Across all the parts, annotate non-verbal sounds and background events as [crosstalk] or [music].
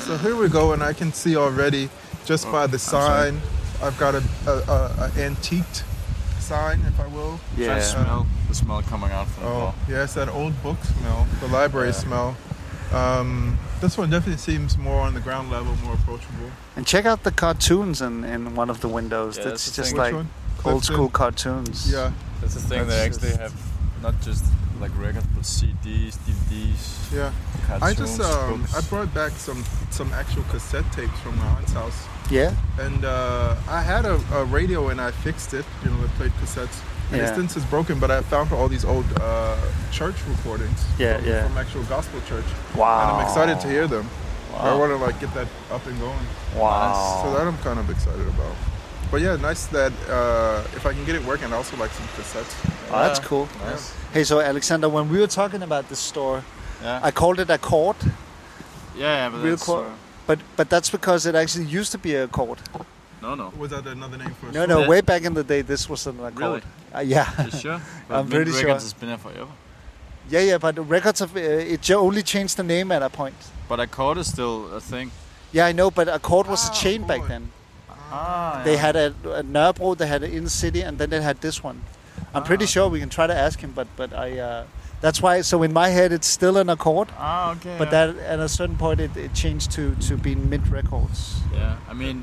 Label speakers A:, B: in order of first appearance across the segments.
A: So here we go, and I can see already just
B: Oh,
A: by the sign, I've got a, a, a, a antiqued sign, if I will. Um,
C: Yeah.
B: Yeah.
C: smell the smell coming out from the
A: Oh,
C: wall.
A: yeah, it's that old book smell, the library
C: Yeah.
A: smell. Um, this one definitely seems more on the ground level, more approachable.
B: And check out the cartoons in, in one of the windows.
C: Yeah,
B: that's,
C: that's the
B: just
C: thing.
B: like
A: one?
B: old
A: Clifton?
B: school cartoons.
A: Yeah,
C: That's the thing.
B: That's
C: they actually
B: just-
C: have not just like records, but CDs, DVDs,
A: yeah.
C: cartoons,
A: I just um,
C: books.
A: I brought back some some actual cassette tapes from my aunt's house,
B: Yeah. Oh,
A: and uh, I had a, a radio and I fixed it. You know, it played cassettes. And
B: Yeah.
A: It's since it's broken, but I found all these old uh, church recordings.
B: Yeah,
A: from,
B: yeah.
A: From actual gospel church, and
B: Wow.
A: I'm excited to hear them. I
B: Wow.
A: want to like get that up and going.
B: Wow.
A: So that I'm kind of excited about. But yeah, nice that uh, if I can get it working, I also like some cassettes.
B: Oh, that's cool.
C: Nice.
B: Hey, so Alexander, when we were talking about this store,
C: Yeah.
B: I called it a court,
C: yeah, yeah, but
B: real
C: that's,
B: court.
C: uh,
B: But but that's because it actually used to be a court.
C: no,
B: [laughs]
C: no.
A: Was that another name for a
B: No,
A: store?
B: no,
C: Yeah.
B: way back in the day, this was an accord.
C: Really?
B: Uh, yeah, [laughs]
C: You sure?
B: I'm pretty
C: Mint
B: sure.
C: Records has been there forever.
B: yeah, yeah. But the records of uh, it jo- only changed the name at a point.
C: But Accord is still a thing.
B: Yeah, I know, but Accord was
A: Ah,
B: a chain back
A: Accord.
B: then.
C: Ah,
B: They had a, a Nørrebro, they had an in city, and then they had this one. I'm pretty sure we can try to ask him, but but I uh, that's why. So in my head, it's still an Accord,
C: Ah, okay.
B: but
C: yeah.
B: that at a certain point, it, it changed to to being Mint Records.
C: Yeah, I mean,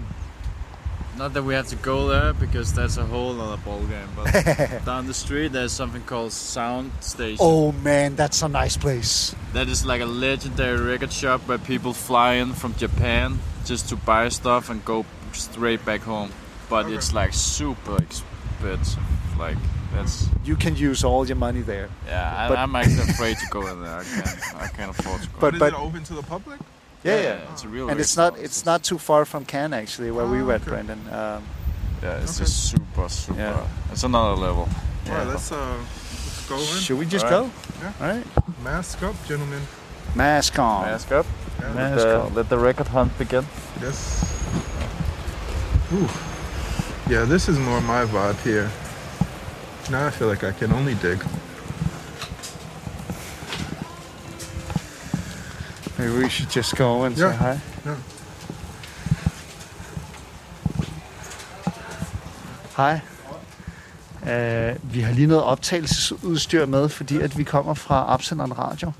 C: not that we have to go there because that's a whole other ball game.
B: [laughs]
C: But down the street, there's something called Sound Station.
B: Oh man, that's a nice place.
C: That is like a legendary record shop where people fly in from Japan just to buy stuff and go straight back home. But
A: Okay.
C: it's like super expensive. Like that's
B: You can use all your money there.
C: yeah.
B: But-
C: I, I'm actually [laughs] afraid to go in there. I can't. I can't afford to go.
B: But-
A: But, is it open to the public?
B: Yeah, yeah.
C: It's a real.
B: And
C: record
B: it's not
C: store.
B: it's not too far from Cannes actually, where we
A: Ah,
B: were at,
A: okay.
B: Brendan. Um,
C: Yeah, it's
A: Okay.
C: just super, super.
B: Yeah.
C: It's another level.
A: All right, let's, uh, let's go in.
B: should we just
C: Alright.
B: go?
A: Yeah.
B: All right.
A: Mask up, gentlemen.
B: Mask on.
C: Mask up.
A: Yeah,
B: Man.
C: Let the-
B: up.
C: let the record hunt begin.
A: Yes. Ooh. Yeah, this is more my vibe here. Now I feel like I can only dig.
B: Maybe we should just go and
A: Yeah.
B: say hi.
A: Yeah.
B: Hej. Uh, vi har lige noget optagelsesudstyr med, fordi at vi kommer fra Absenderen Radio.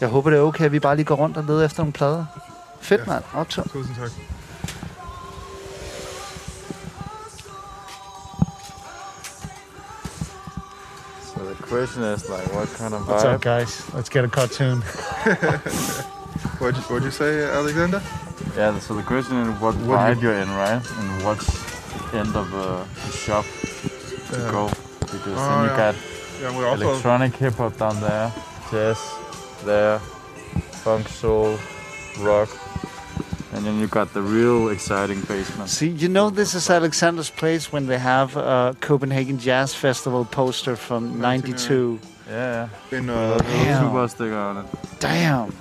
B: Jeg håber, det er okay, at vi bare lige går rundt og leder efter nogle plader. Fedt,
A: Ja.
B: mand. Optag.
A: Tusind tak.
C: So the question is like, what kind of
B: What's up, guys? Let's get a cartoon.
A: What'd you, what'd you say, Alexander?
C: Yeah, so the question is what,
A: What do
C: vibe
A: you-
C: you... are in, right? And what end of uh, the shop to
A: Yeah.
C: go. Because
A: Oh,
C: then you
A: yeah.
C: got
A: Yeah, we're also
C: electronic hip hop down there, jazz there, funk soul, rock. And then you got the real exciting basement.
B: See, you know this is Alexander's place when they have a Copenhagen Jazz Festival poster from 92.
C: Yeah,
A: in uh,
C: yeah. With a little
B: Damn.
C: Tuba sticker on it.
B: Damn.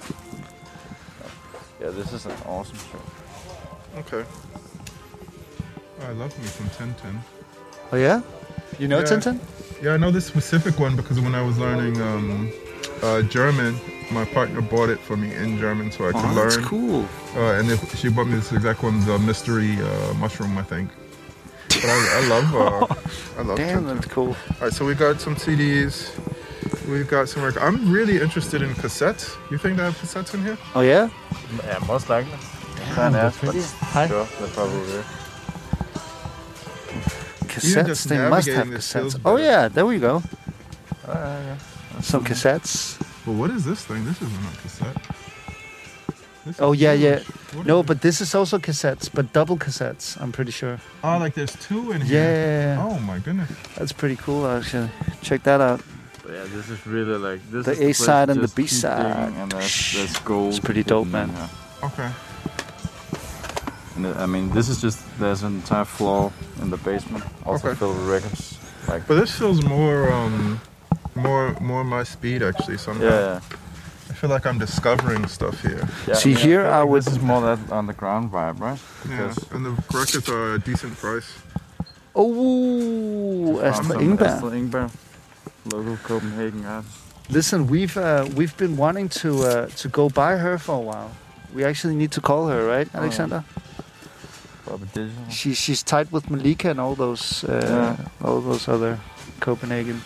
C: Yeah, this is an awesome show.
A: Okay. Oh, I love me some Tintin.
B: Oh yeah? You know
A: Yeah.
B: Tintin?
A: Yeah, I know this specific one because when I was learning um, uh, German, my partner bought it for me in German so I could learn.
B: Oh, cool.
A: Uh, and if she bought me this exact one, the mystery uh, mushroom, I think. But I, I love,
B: [laughs]
A: uh, I love.
B: Damn,
A: Tintin.
B: that's cool.
A: All right, so we got some CDs. We've got some record. I'm really interested in cassettes. You think they have cassettes in here?
B: Oh yeah?
C: Yeah, most likely.
B: Damn,
C: Can't
B: they're
C: ask, but
B: pretty. Hi.
C: sure, they probably will.
B: Cassettes,
A: just
B: they must
A: navigating
B: have
A: this feels
B: cassettes. Oh
A: better.
B: yeah, there we go.
C: Uh,
B: Some cassettes.
A: Well, what is this thing? This isn't a cassette. This is
B: Oh yeah, yeah.
A: huge. What
B: No,
A: is
B: but this is also cassettes, but double cassettes, I'm pretty sure.
A: it? oh, like there's two in here.
B: [laughs] Yeah.
A: Oh my goodness.
B: That's pretty cool actually. Check that out.
C: But yeah, this is really like this
B: The
C: is
B: A
C: place
B: side
C: to
B: and the
C: just
B: B
C: keep
B: side.
C: digging And that's, that's gold.
B: It's pretty dope,
C: hidden in
B: man.
C: here.
A: Okay.
C: And uh, I mean, this is just there's an entire floor in the basement, also
A: Okay.
C: filled with records. Like
A: But this feels more, um, more, more my speed actually. Somehow.
C: yeah,
A: I feel like I'm discovering stuff here.
C: yeah.
B: See,
C: I mean,
B: here
C: feel
B: I
C: like
B: would-
C: This is more that underground vibe, right?
A: Yeah,
C: Because
A: and the records are a decent price.
B: Oh,
C: from
B: Astrid
C: some
B: Ingberg.
C: Astrid Ingberg, local Copenhagen artist.
B: Listen, we've uh, we've been wanting to uh, to go by her for a while. We actually need to call her, right, Alexander?
C: Probably digital.
B: Mm. She, she's tied with Malika and all those uh, all those other Copenhagen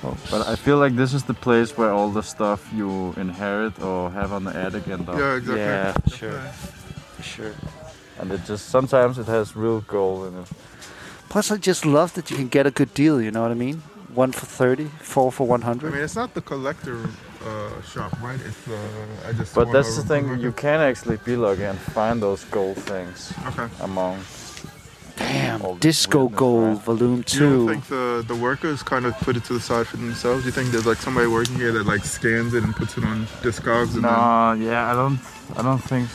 B: folks.
C: But I feel like this is the place where all the stuff you inherit or have on the attic end up.
A: Yeah, exactly.
B: Oh. Yeah, for sure,
A: Yeah.
B: for sure.
C: And it just sometimes it has real gold in it.
B: Plus, I just love that you can get a good deal. You know what I mean? One for thirty, four for one
A: I
B: hundred.
A: mean, it's not the collector uh, shop, right? It's uh, I just.
C: But
A: wanna
C: that's the thing,
A: remember-
C: you can actually be lucky and find those gold things
A: Okay.
C: among.
A: Oh,
C: all
B: Damn,
C: the
B: Disco
C: weirdness,
B: Gold
C: right?
B: Volume
A: Do you don't
B: Two.
A: think the, the workers kind of put it to the side for themselves? Do you think there's like somebody working here that like scans it and puts it on Discogs and then
C: No, yeah, I don't, I don't think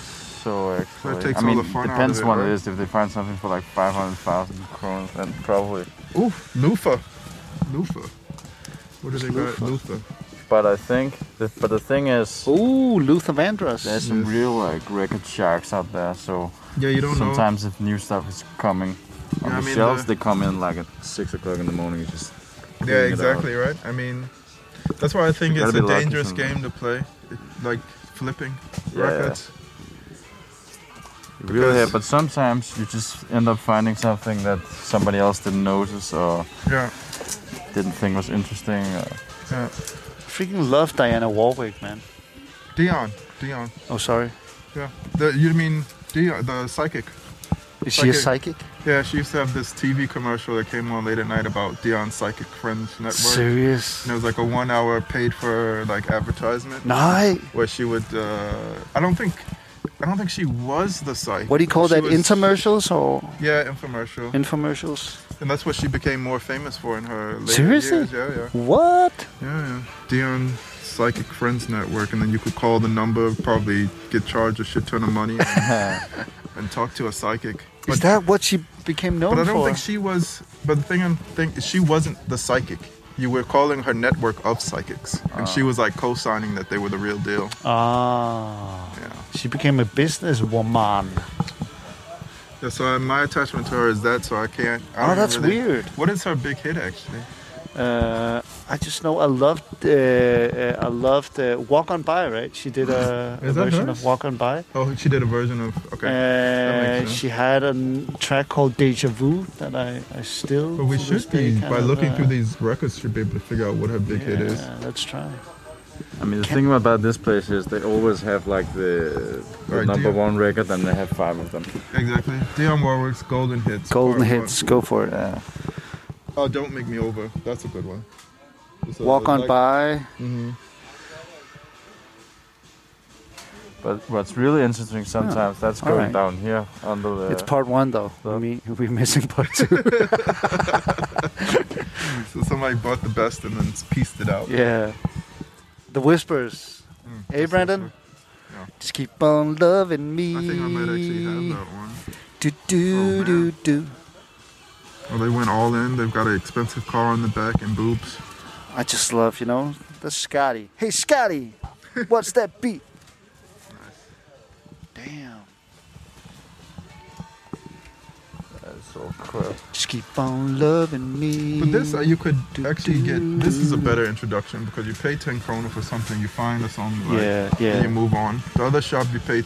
C: so. Actually,
A: takes
C: I
A: all
C: mean,
A: the fun out of
C: depends
A: it,
C: what
A: right?
C: it is. If they find something for like five hundred thousand kronas, then probably.
A: Ooh, Lufa. Lufa. What do they got? Lufa.
C: But I think, the, but the thing is,
A: Oh,
B: Ooh, Luther Vandross.
C: there's some
A: Yes.
C: real like record sharks out there. So
A: Yeah, you don't know.
C: sometimes if new stuff is coming on
A: Yeah, I
C: the
A: mean,
C: shelves,
A: the-
C: they come in like at six o'clock in the morning. You just figuring
A: Yeah,
C: it out.
A: exactly, right? I mean, that's why I think
C: You
A: it's
C: gotta
A: a
C: be lucky
A: dangerous
C: sometimes.
A: game to play. It, like flipping
C: Yeah.
A: records.
C: You really
A: Because-
C: have. But sometimes you just end up finding something that somebody else didn't notice or
A: Yeah.
C: didn't think was interesting. Or,
A: yeah.
B: Freaking love Diana Warwick, man.
A: Dion. Dion.
B: Oh, sorry.
A: Yeah. The, you mean Dion, the psychic?
B: Is she a
A: Psychic.
B: psychic?
A: Yeah, she used to have this TV commercial that came on late at night about Dion's Psychic Friends Network.
B: Serious?
A: And it was like a one hour paid for like advertisement
B: No.
A: where she would uh, I don't think I don't think she was the psychic.
B: What do you call
A: She
B: that?
A: was-
B: Intermercials or
A: Yeah, infomercial.
B: infomercials?
A: and that's what she became more famous for in her later
B: Seriously?
A: years. Yeah, yeah.
B: What?
A: Yeah, yeah. Dion Psychic Friends Network, and then you could call the number, probably get charged a shit ton of money,
B: [laughs]
A: and, [laughs]
C: [laughs]
A: and talk to a psychic.
B: Is
A: But,
B: that what she became known
A: but I don't
B: for?
A: think she was. But the thing I'm think she wasn't the psychic. You were calling her network of psychics, and she was like co-signing that they were the real deal.
B: ah.
A: Yeah. Oh,
B: She became a businesswoman.
A: yeah so I- my attachment to her is that. So I can't. I
B: Oh,
A: don't
B: that's
A: really-
B: weird.
A: What is her big hit actually?
B: Uh, I just know I loved uh, uh, I loved uh, Walk On By, right? She did a, a
A: [laughs] Is that
B: version
A: hers?
B: of Walk On By.
A: Oh, she did a version of. Okay.
B: Uh,
A: sense.
B: she had a n- track called Deja Vu that I, I still.
A: but we
B: to this
A: should
B: day
A: be
B: kind
A: by
B: of,
A: looking
B: uh,
A: through these records should be able to figure out what her big hit is.
B: yeah, Let's try.
C: I mean, the thing about this place is they always have like the, the
A: Right,
C: number
A: deal.
C: one record, and they have five of them.
A: Exactly. Dionne Warwick's Golden Hits.
B: Golden
A: Part
B: hits, go for it.
C: Yeah.
A: One. Oh, Don't Make Me Over. That's a good one. So,
B: Walk on
A: like-
B: by.
A: Mhm.
C: But what's really
A: Oh,
C: interesting sometimes that's
B: all
C: going
B: right.
C: down here under
A: uh,
C: the.
B: It's part one though.
C: Yeah.
B: Me, we're missing part two.
A: So somebody bought the best and then pieced it out.
B: yeah. The whispers.
A: Mm,
B: Hey,
A: that's
B: Brandon.
A: Yeah.
B: Just keep on loving me.
A: awesome. I think I might actually have that one.
B: Do do
A: Oh,
B: do
A: man.
B: do.
A: Well, they went all in. They've got an expensive car on the back and boobs.
B: I just love, you know, the Scotty. Hey,
A: [laughs]
B: Scotty, what's that beat? Damn.
C: That's all crap.
B: Just keep on loving me.
A: But this, uh, you could actually get. This is a better introduction because you pay 10 kroner for something, you find a song you like,
B: Yeah,
A: and you
B: yeah.
A: move on. The other shop, you pay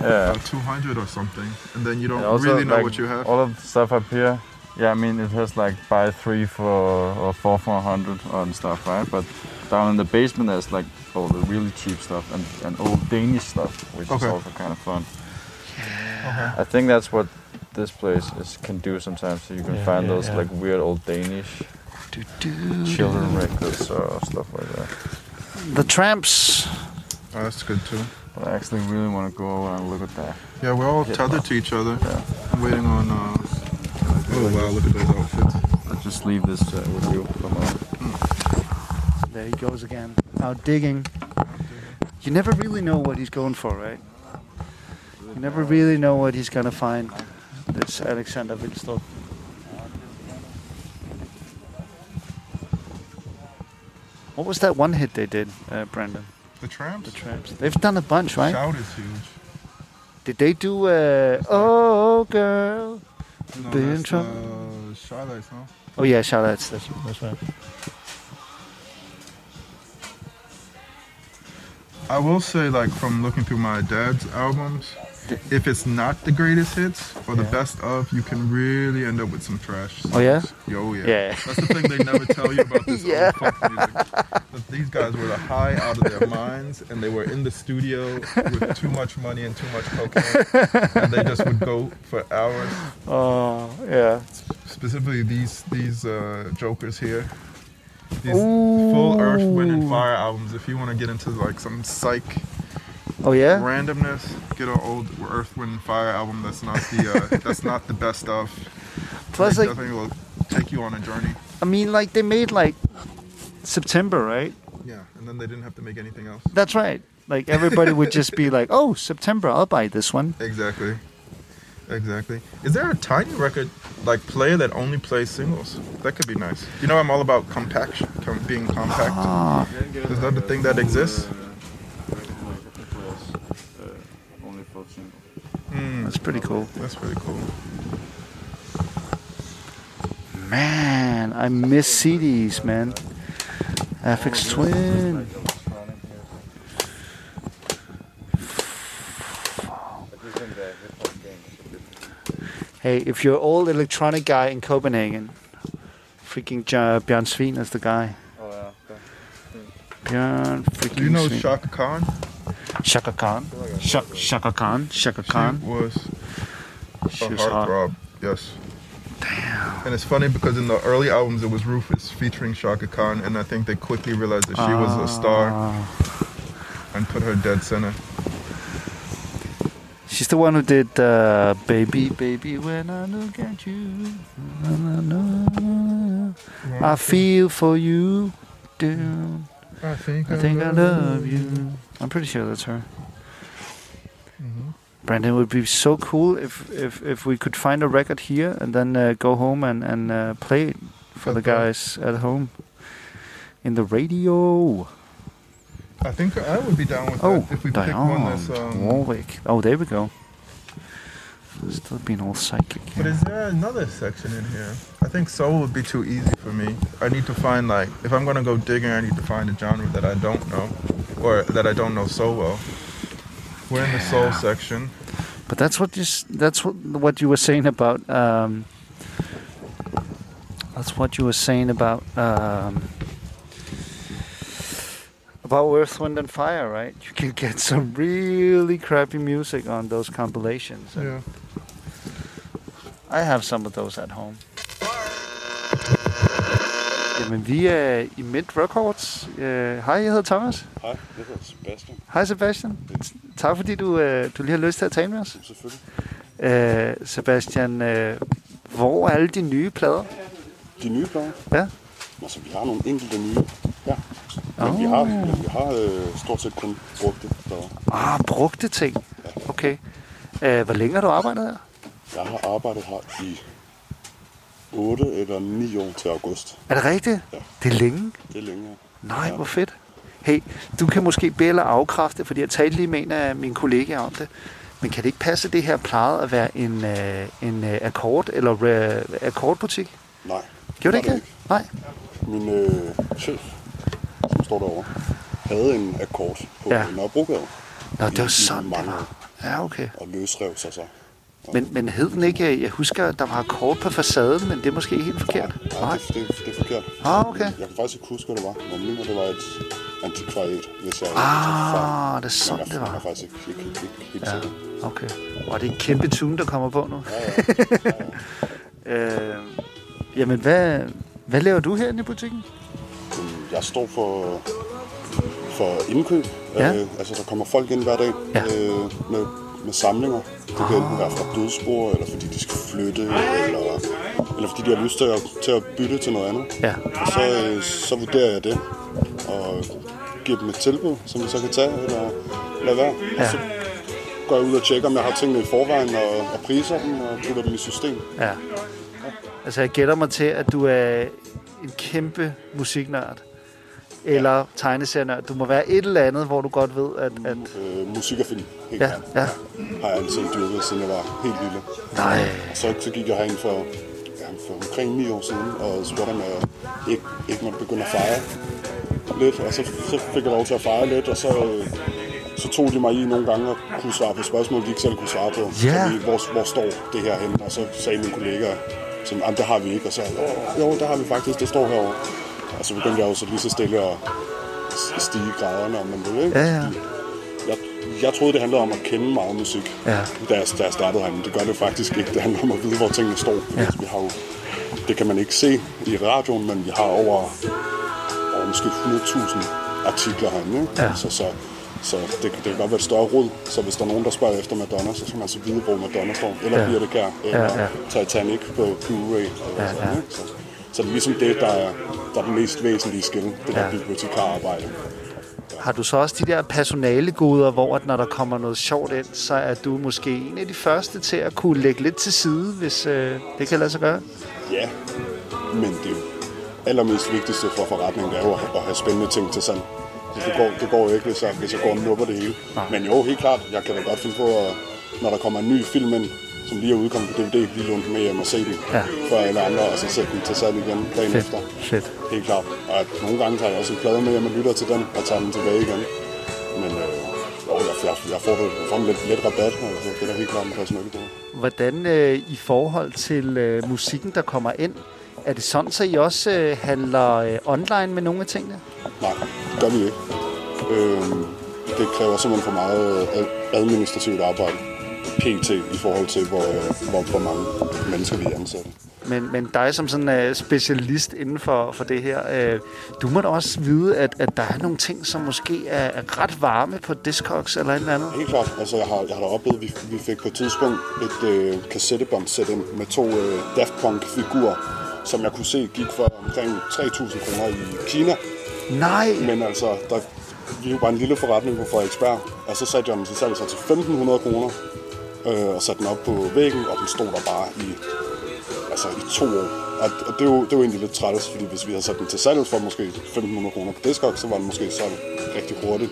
C: Yeah.
A: about 200 or something, and then you don't
C: And also,
A: really know
C: like, oh.
A: what you have.
C: All of the stuff up here. Yeah, I mean it has like buy three for or four for a hundred and stuff, right? But down in the basement there's like all the really cheap stuff and, and old Danish stuff, which
A: Okay.
C: is also kind of fun. I think that's what this place is can do sometimes. So you can
B: Yeah,
C: find
B: yeah,
C: those
B: yeah.
C: like weird old Danish
B: Do, do, do.
C: children records or stuff like that.
B: The Tramps.
A: Oh, that's good too.
C: But I actually really want to go over and look at that.
A: Yeah, we're all
C: Yeah,
A: tethered
C: well.
A: to each other.
C: Yeah.
A: I'm waiting on. Uh, oh wow, look at those outfits.
C: I'll just leave this uh, with you. for now.
B: There he goes again. Out digging. You never really know what he's going for, right? You never really know what he's gonna find. This Alexander Wilstorp. What was that one hit they did, uh, Brandon?
A: The tramps.
B: The Tramps. They've done a bunch, right?
A: Shout is huge.
B: Did they do uh, Oh Girl?
A: No,
B: The
A: that's,
B: intro?
A: Uh, Shy Lights, no?
B: Oh yeah, shout outs. That's, that's right.
A: I will say, like, from looking through my dad's albums, if it's not the greatest hits or the
B: Yeah.
A: best of, you can really end up with some trash.
B: Oh, yeah?
A: songs. Yo, oh, yeah.
B: Yeah.
A: That's the thing they never tell you about
B: [laughs]
A: this
B: Yeah.
A: old folk music. That these guys were the high out of their minds, and they were in the studio with too much money and too much cocaine, and they just would go for hours.
B: Oh, yeah.
A: Specifically, these these uh, jokers here. These
B: Ooh.
A: full Earth, Wind and Fire albums. If you want to get into like some psych
B: Oh, yeah?
A: randomness. Get an old Earth, Wind, and Fire album that's not the uh,
B: [laughs]
A: that's not the best stuff.
B: Plus,
A: Like,
B: like,
A: nothing will take you on a journey.
B: I mean, like, they made, like, September, right?
A: Yeah, and then they didn't have to make anything else.
B: That's right. Like, everybody would just be like, oh, September, I'll buy this one.
A: Exactly, exactly. Is there a tiny record like player that only plays singles? That could be nice. You know, I'm all about compaction, com- being compact.
B: Ah,
A: Is that the thing that exists? Hmm,
B: that's pretty cool.
A: that's pretty cool.
B: Man, I miss CDs, man. FX Twin. Hey, if you're old electronic guy in Copenhagen, freaking J- Bjørn Sveen is the guy. Bjørn freaking
A: Do you know
B: Sveen.
A: Shaka Khan?
B: Shaka Khan? Sha- Shaka Khan? Shaka Khan?
A: She was
B: She
A: A
B: was hot.
A: heartthrob, yes. Damn. And it's funny because in the early albums it was Rufus featuring Shaka Khan, and I think they quickly realized that she was a star
B: Ah.
A: and put her dead center.
B: She's the one who did uh, Baby, Baby, When I Look at You. Na, na, na, na, na. I feel for you. Dude,
A: I think
B: I think I love you. I'm pretty sure that's her.
A: Mhm.
B: Brandon, it would be so cool if, if, if we could find a record here and then uh, go home and, and uh, play it for the
A: Okay.
B: guys at home in the radio.
A: I think I would be down with
B: Oh,
A: that Uh, if we pick one that's.
B: Diane
A: Um,
B: Warwick. Oh, there we go. Still being all psychic.
A: but
B: yeah.
A: is there another section in here? I think soul would be too easy for me. I need to find like if I'm gonna go digging, I need to find a genre that I don't know, or that I don't know so well. We're in the soul section.
B: But that's what you s- that's what what you were saying about um, that's what you were saying about um, about Earth, Wind, and Fire, right? You can get some really crappy music on those compilations. and
A: Yeah.
B: I have some of those at home. Jamen, vi er i Mid Records. Øh, Hej, jeg hedder Thomas.
C: Hej, jeg hedder Sebastian.
B: Hej Sebastian. Tak fordi du, øh, du lige har lyst til at tale med os.
C: Selvfølgelig.
B: Øh, Sebastian, øh, hvor er alle de nye plader?
D: De nye plader?
B: Ja.
D: Altså, vi har nogle enkelte nye. Ja. Men vi har, men vi har øh, stort set kun brugte plader.
B: Ah, brugte ting. Okay. Øh, hvor længe har du arbejdet her?
D: Jeg har arbejdet her i 8 eller 9 år til august.
B: Er det rigtigt?
D: Ja.
B: Det er længe.
D: Det er længere.
B: Nej,
D: Ja.
B: hvor fedt. Hey, du kan måske bede eller afkræfte, fordi jeg talte lige med en af mine kollegaer om det. Men kan det ikke passe, at det her plejede at være en, øh, en øh, akkord eller øh, akkordbutik?
D: Nej.
B: Gjorde
D: var
B: det ikke det? Nej.
D: Min øh, chef, som står derovre, havde en akkord på
B: Ja.
D: ja. Nørrebrogade
B: Nå, det
D: I-
B: var
D: i
B: sådan, det
D: mange
B: var. Ja, okay.
D: og løsrev sig så.
B: Men, men hed den ikke, øh, jeg husker, at der var akkord på facaden, men det er måske helt forkert?
D: Nej, det, det, det er forkert.
B: Ah, okay.
D: Jeg kan faktisk ikke huske, hvad det var. Men jeg mener, det var et antikvariat, hvis jeg tager fejl.
B: Ah, det er
D: Men jeg-
B: sådan, det
D: Jeg er
B: var.
D: faktisk ikke, ikke, ikke, ikke helt
B: Ja,
D: sikker.
B: okay. Og det er et kæmpe tune, der kommer på nu.
D: Ja, ja.
B: [laughs] Øh, jamen, hvad, hvad laver du herinde i butikken?
D: Øhm, Jeg står for, for indkøb.
B: Ja.
D: Øh, altså, der kommer folk ind hver dag
B: Ja.
D: øh, med, med samlinger. Det kan enten være fra dødsbrugere, eller fordi de skal flytte, eller, eller fordi de har lyst til at, til at bytte til noget andet.
B: Ja.
D: Og så, øh, så vurderer jeg det, og giver dem et tilbud, som de så kan tage, eller lade være.
B: Ja.
D: Og så går jeg ud og tjekker, om jeg har tingene i forvejen, og, og priser dem, og putter dem i system.
B: Ja. Altså, jeg gætter mig til, at du er en kæmpe musiknørd. Eller tegneserienørd. Du må være et eller andet, hvor du godt ved, at... at
D: Øh, musik og film, helt
B: ja,
D: klart.
B: ja.
D: har jeg altid dyrket, siden jeg var helt lille.
B: Nej.
D: Så, så gik jeg herind for, ja, for omkring 9 år siden, og spurgte om jeg ikke, ikke måtte begynde at fejre lidt. Og så, så fik jeg lov til at fejre lidt, og så øh, så tog de mig i nogle gange og kunne svare på spørgsmål, de ikke selv kunne svare på.
B: Ja.
D: Så vi, hvor, hvor står det her henne? Og så sagde mine kollegaer, sådan, "Jamen, det har vi ikke. Og så sagde jeg, "Jo, jo, det har vi faktisk, det står herovre. Og så begyndte jeg jo så lige så stille at s- stige i graderne, om man vil, ikke?
B: Ja, ja.
D: Fordi Jeg, jeg troede, det handlede om at kende meget musik,
B: Ja.
D: da, jeg, da jeg startede herinde. Det gør det faktisk ikke. Det handler om at vide, hvor tingene står. Fordi vi har jo, det kan man ikke se i radioen, men vi har over over måske 100.000 artikler herinde. Ikke?
B: Ja.
D: Så, så, så det, det kan godt være et større rod, så hvis der er nogen, der spørger efter Madonna, så skal man så vide, hvor Madonna står. Eller
B: Ja.
D: ja. Birtekær, eller
B: Ja,
D: ja,
B: ja.
D: ja. Titanic på Blu-ray. Eller ja, sådan,
B: ja.
D: Ikke? Så, så det er ligesom det, der er, der er det mest væsentlige skill, det der
B: Ja.
D: ja. bibliotekararbejde.
B: Har du så også de der personalegoder, hvor at når der kommer noget sjovt ind, så er du måske en af de første til at kunne lægge lidt til side, hvis øh, det kan lade sig gøre?
D: Ja, men det er jo allermest vigtigste for forretningen, det er jo at at have spændende ting til salg. Så det går, det går jo ikke, hvis jeg, hvis jeg går og nupper det hele. Men jo, helt klart, jeg kan da godt finde på, at, når der kommer en ny film ind, som lige er udkommet på DVD, lige låne den med hjem og se den
B: Ja.
D: for alle andre, og så sætte den til salg igen dagen
B: Fedt.
D: efter.
B: Fedt.
D: Helt klart. Og at nogle gange tager jeg også en plade med hjem og lytter til den, og tager den tilbage igen. Men øh, jo, jeg, jeg, jeg får, det, jeg får en lidt, lidt rabat, altså, det er da helt klart en personale gode.
B: Hvordan øh, i forhold til øh, musikken, der kommer ind, er det sådan, så I også øh, handler øh, online med nogle af tingene?
D: Nej, det gør vi ikke. Øhm, det kræver simpelthen for meget ad- administrativt arbejde pt. i forhold til, hvor, øh, hvor, hvor mange mennesker vi ansatte.
B: Men, men dig som sådan er specialist inden for, for det her, øh, du må da også vide, at, at der er nogle ting, som måske er, er ret varme på Discogs eller et eller andet.
D: Helt klart, altså jeg har, jeg har da oplevet, at vi, vi fik på et tidspunkt et øh, kassettebånd sat ind med to øh, Daft Punk-figurer, som jeg kunne se gik for omkring 3.000 kroner i Kina.
B: Nej!
D: Men altså, der, vi er jo bare en lille forretning på Frederiksberg, og så satte jeg dem til salg så til 1.500 kroner, øh, og satte den op på væggen, og den stod der bare i, altså, i to år. Og, og det, er jo, det er jo egentlig lidt træls, fordi hvis vi havde sat den til salg for måske 1.500 kroner på Discog, så var den måske solgt rigtig hurtigt.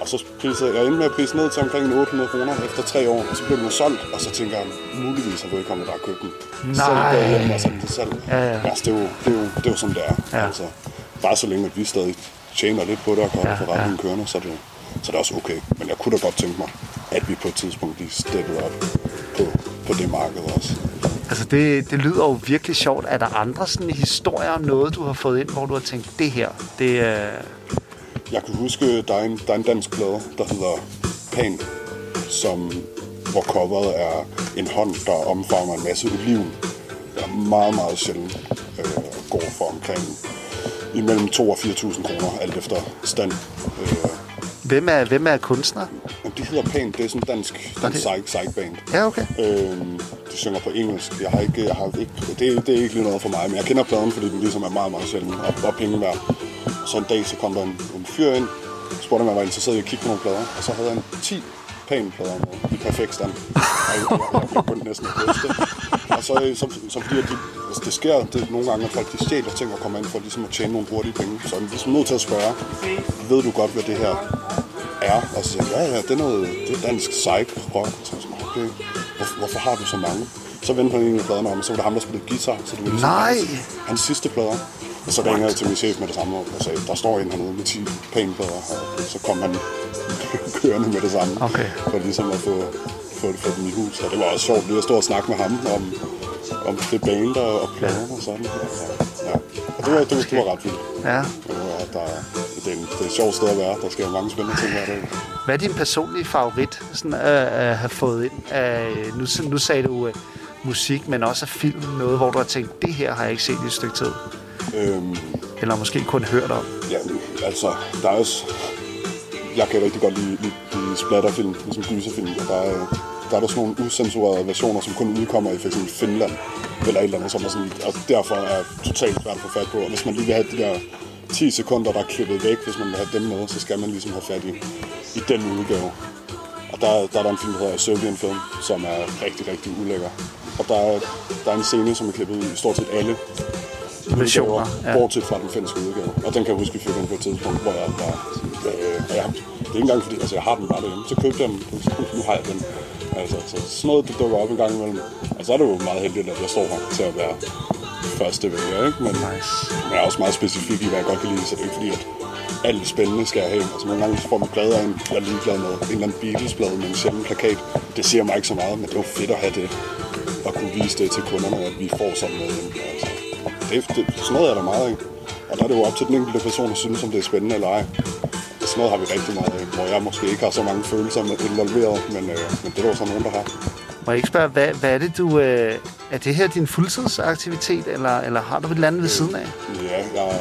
D: Og så prisede jeg endte med at prise ned til omkring 800 kroner efter tre år, og så blev den jo solgt, og så tænker jeg, muligvis har vedkommende bare købt den. Så
B: Nej.
D: går jeg hjem og sat den til salg.
B: Ja, ja.
D: Altså, det er jo, det er jo, det er jo sådan, det er.
B: Ja.
D: Altså, bare så længe, at vi stadig tjener lidt på det og kommer
B: Ja,
D: ja, forretningen ja. kørende, så er, det, så er det også okay. Men jeg kunne da godt tænke mig, at vi på et tidspunkt lige steppede op på, på det marked også.
B: Altså, det, det lyder jo virkelig sjovt. Er der andre sådan historier om noget, du har fået ind, hvor du har tænkt, det her, det er...
D: Jeg kan huske, der er en, der er en dansk plade, der hedder Pan, som, hvor coveret er en hånd, der omfavner en masse oliven. Der er meget, meget sjældent øh, går for omkring imellem 2.000 og 4.000 kroner, alt efter stand. Øh,
B: Hvem er, hvem er kunstner?
D: men de hedder Pan, det er sådan en dansk,
B: Og
D: dansk
B: det-
D: side, sideband.
B: Ja, okay.
D: Øhm, de synger på engelsk. Jeg har ikke, jeg har ikke, det, er- det er ikke lige noget for mig, men jeg kender pladen, fordi den ligesom er meget, meget sjældent og, og penge værd. Så en dag, så kom der en, en fyr ind, spurgte om jeg var interesseret i at kigge på nogle plader, og så havde han 10 pæne plader med i perfekt stand. Og jeg, jeg, jeg kunne næsten ikke huske det. Og så, øh, som, som fordi, at de, altså, det sker det, nogle gange, at folk de stjæler ting og kommer ind for ligesom at tjene nogle hurtige penge. Så jeg er ligesom nødt til at spørge, ved du godt, hvad det her er. Og så siger jeg, ja, ja, det er noget det er dansk psych-rock. Så jeg sådan, okay, hvor, hvorfor har du så mange? Så vendte han en af pladerne om, og så var det ham, der spillede guitar. Så det var ligesom
B: Nej!
D: Hans, hans sidste plader. Og så ringede jeg til min chef med det samme, og sagde, der står en hernede med 10 pæne plader. Og så kom han [laughs] kørende med det samme,
B: Okay.
D: for ligesom at få, få, få dem i hus. Og det var også sjovt lige at stå og snakke med ham om, om det band og, og plader og sådan. Altså, ja. Og det var, det, var, det var ret vildt.
B: Ja.
D: Og Der, er- det, er en, det er et sjovt sted at være. Der sker mange spændende ting hver dag.
B: Hvad er din personlige favorit sådan, øh, at, at have fået ind? Af, nu, nu sagde du øh, musik, men også af film. Noget, hvor du har tænkt, det her har jeg ikke set i et stykke tid.
D: Øhm,
B: Eller måske kun hørt om.
D: ja, altså, der er også... Jeg kan rigtig godt lide, lide, lide splatterfilm, ligesom gyserfilm. Og der er, der er der sådan nogle usensurerede versioner, som kun udkommer i f.eks. Finland eller et eller andet, som er sådan, og derfor er totalt svært at få fat på. Og hvis man lige vil have de der 10 sekunder, der er klippet væk, hvis man vil have dem med, så skal man ligesom have fat i, i den udgave. Og der, der er der en film, der hedder Serbian Film, som er rigtig, rigtig ulækker. Og der er, der er en scene, som er klippet ud i stort set alle
B: Versioner.
D: udgaver,
B: Ja.
D: bortset fra den finske udgave. Og den kan jeg huske, vi fik den på et tidspunkt, hvor jeg var... Øh, og jeg, det er ikke engang fordi, altså jeg har den bare derhjemme. Så købte jeg den, [laughs] og så nu har jeg den. Altså, så sådan noget, det dukker op en gang imellem. Og så er det jo meget heldigt, at jeg står her til at være første vælger, ikke? Men,
B: Nice.
D: men jeg er også meget specifik i, hvad jeg godt kan lide, så det er ikke fordi, at alt spændende skal jeg have. Altså nogle gange så får man plader ind, jeg er ligeglad med. En eller anden Beatles-plade med en sjælden plakat. Det siger mig ikke så meget, men det var fedt at have det. Og kunne vise det til kunderne, at vi får sådan noget. hjem. Altså, det, det, sådan noget er der meget af. Og der er det jo op til den enkelte person at synes, om det er spændende eller ej. Sådan noget har vi rigtig meget af, hvor jeg måske ikke har så mange følelser med involveret, men, øh, men det er der jo så nogen, der har.
B: Må jeg ikke spørge, hvad, hvad er det, du... Øh, er det her din fuldtidsaktivitet, eller, eller har du et eller andet
D: Øh.
B: ved siden af?
D: Ja, jeg,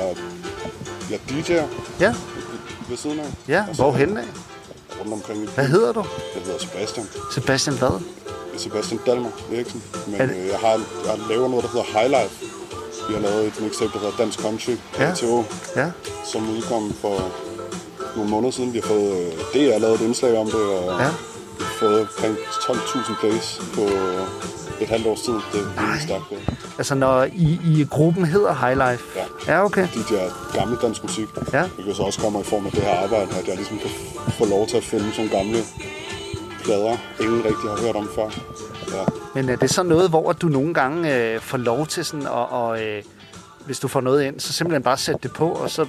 D: jeg DJ'er
B: Ja,
D: ved siden af.
B: ja.
D: Og så
B: Hvorhen af?
D: Rundt omkring. i
B: Hvad
D: byen.
B: hedder du?
D: Jeg hedder Sebastian.
B: Sebastian hvad?
D: Sebastian Dalmer Eriksen. Men
B: Er det-
D: øh, jeg, har, jeg laver noget, der hedder Highlife. Vi har lavet et mixtape, der hedder Dansk Country og
B: Ja.
D: RTO,
B: Ja.
D: som udkom for nogle måneder siden. Vi har fået øh, DR lavet et indslag om det, og
B: Ja.
D: vi har fået omkring 12.000 plays på øh, et halvt års tid. Det er virkelig stærkt. det.
B: Altså, når I, I gruppen hedder High Life?
D: Ja.
B: Ja, okay.
D: De der gamle dansk musik,
B: Ja.
D: hvilket så også kommer i form af det her arbejde, at jeg ligesom kan få lov til at finde sådan gamle plader, ingen rigtig har hørt om før. Ja.
B: Men er det så noget, hvor at du nogle gange øh, får lov til sådan at... Og, øh, hvis du får noget ind, så simpelthen bare sæt det på, og så,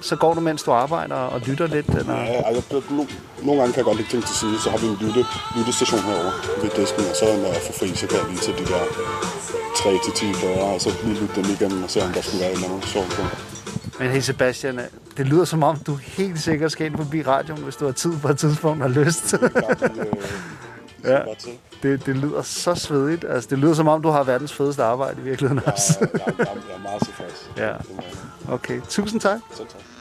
B: så går du, mens du arbejder og lytter lidt? Eller?
D: Ja, ej, jeg, jeg, no, nogle gange kan jeg godt lægge ting til side, så har vi en lytte, lyttestation herovre ved disken, og så når jeg får fri, så kan jeg lige til de der 3-10 plader, og så lige lytte dem igennem og se, om der skulle være et eller andet sjovt på.
B: Men hey Sebastian, øh, det lyder som om, du helt sikkert skal ind forbi radioen, hvis du har tid på et tidspunkt og lyst. [laughs]
D: Ja.
B: Ja. det, det lyder så svedigt. Altså, det lyder som om, du har verdens fedeste arbejde i virkeligheden også. [laughs]
D: Jeg, jeg, jeg er meget tilfreds.
B: Ja. Okay, tusind tak.
D: Selv tak.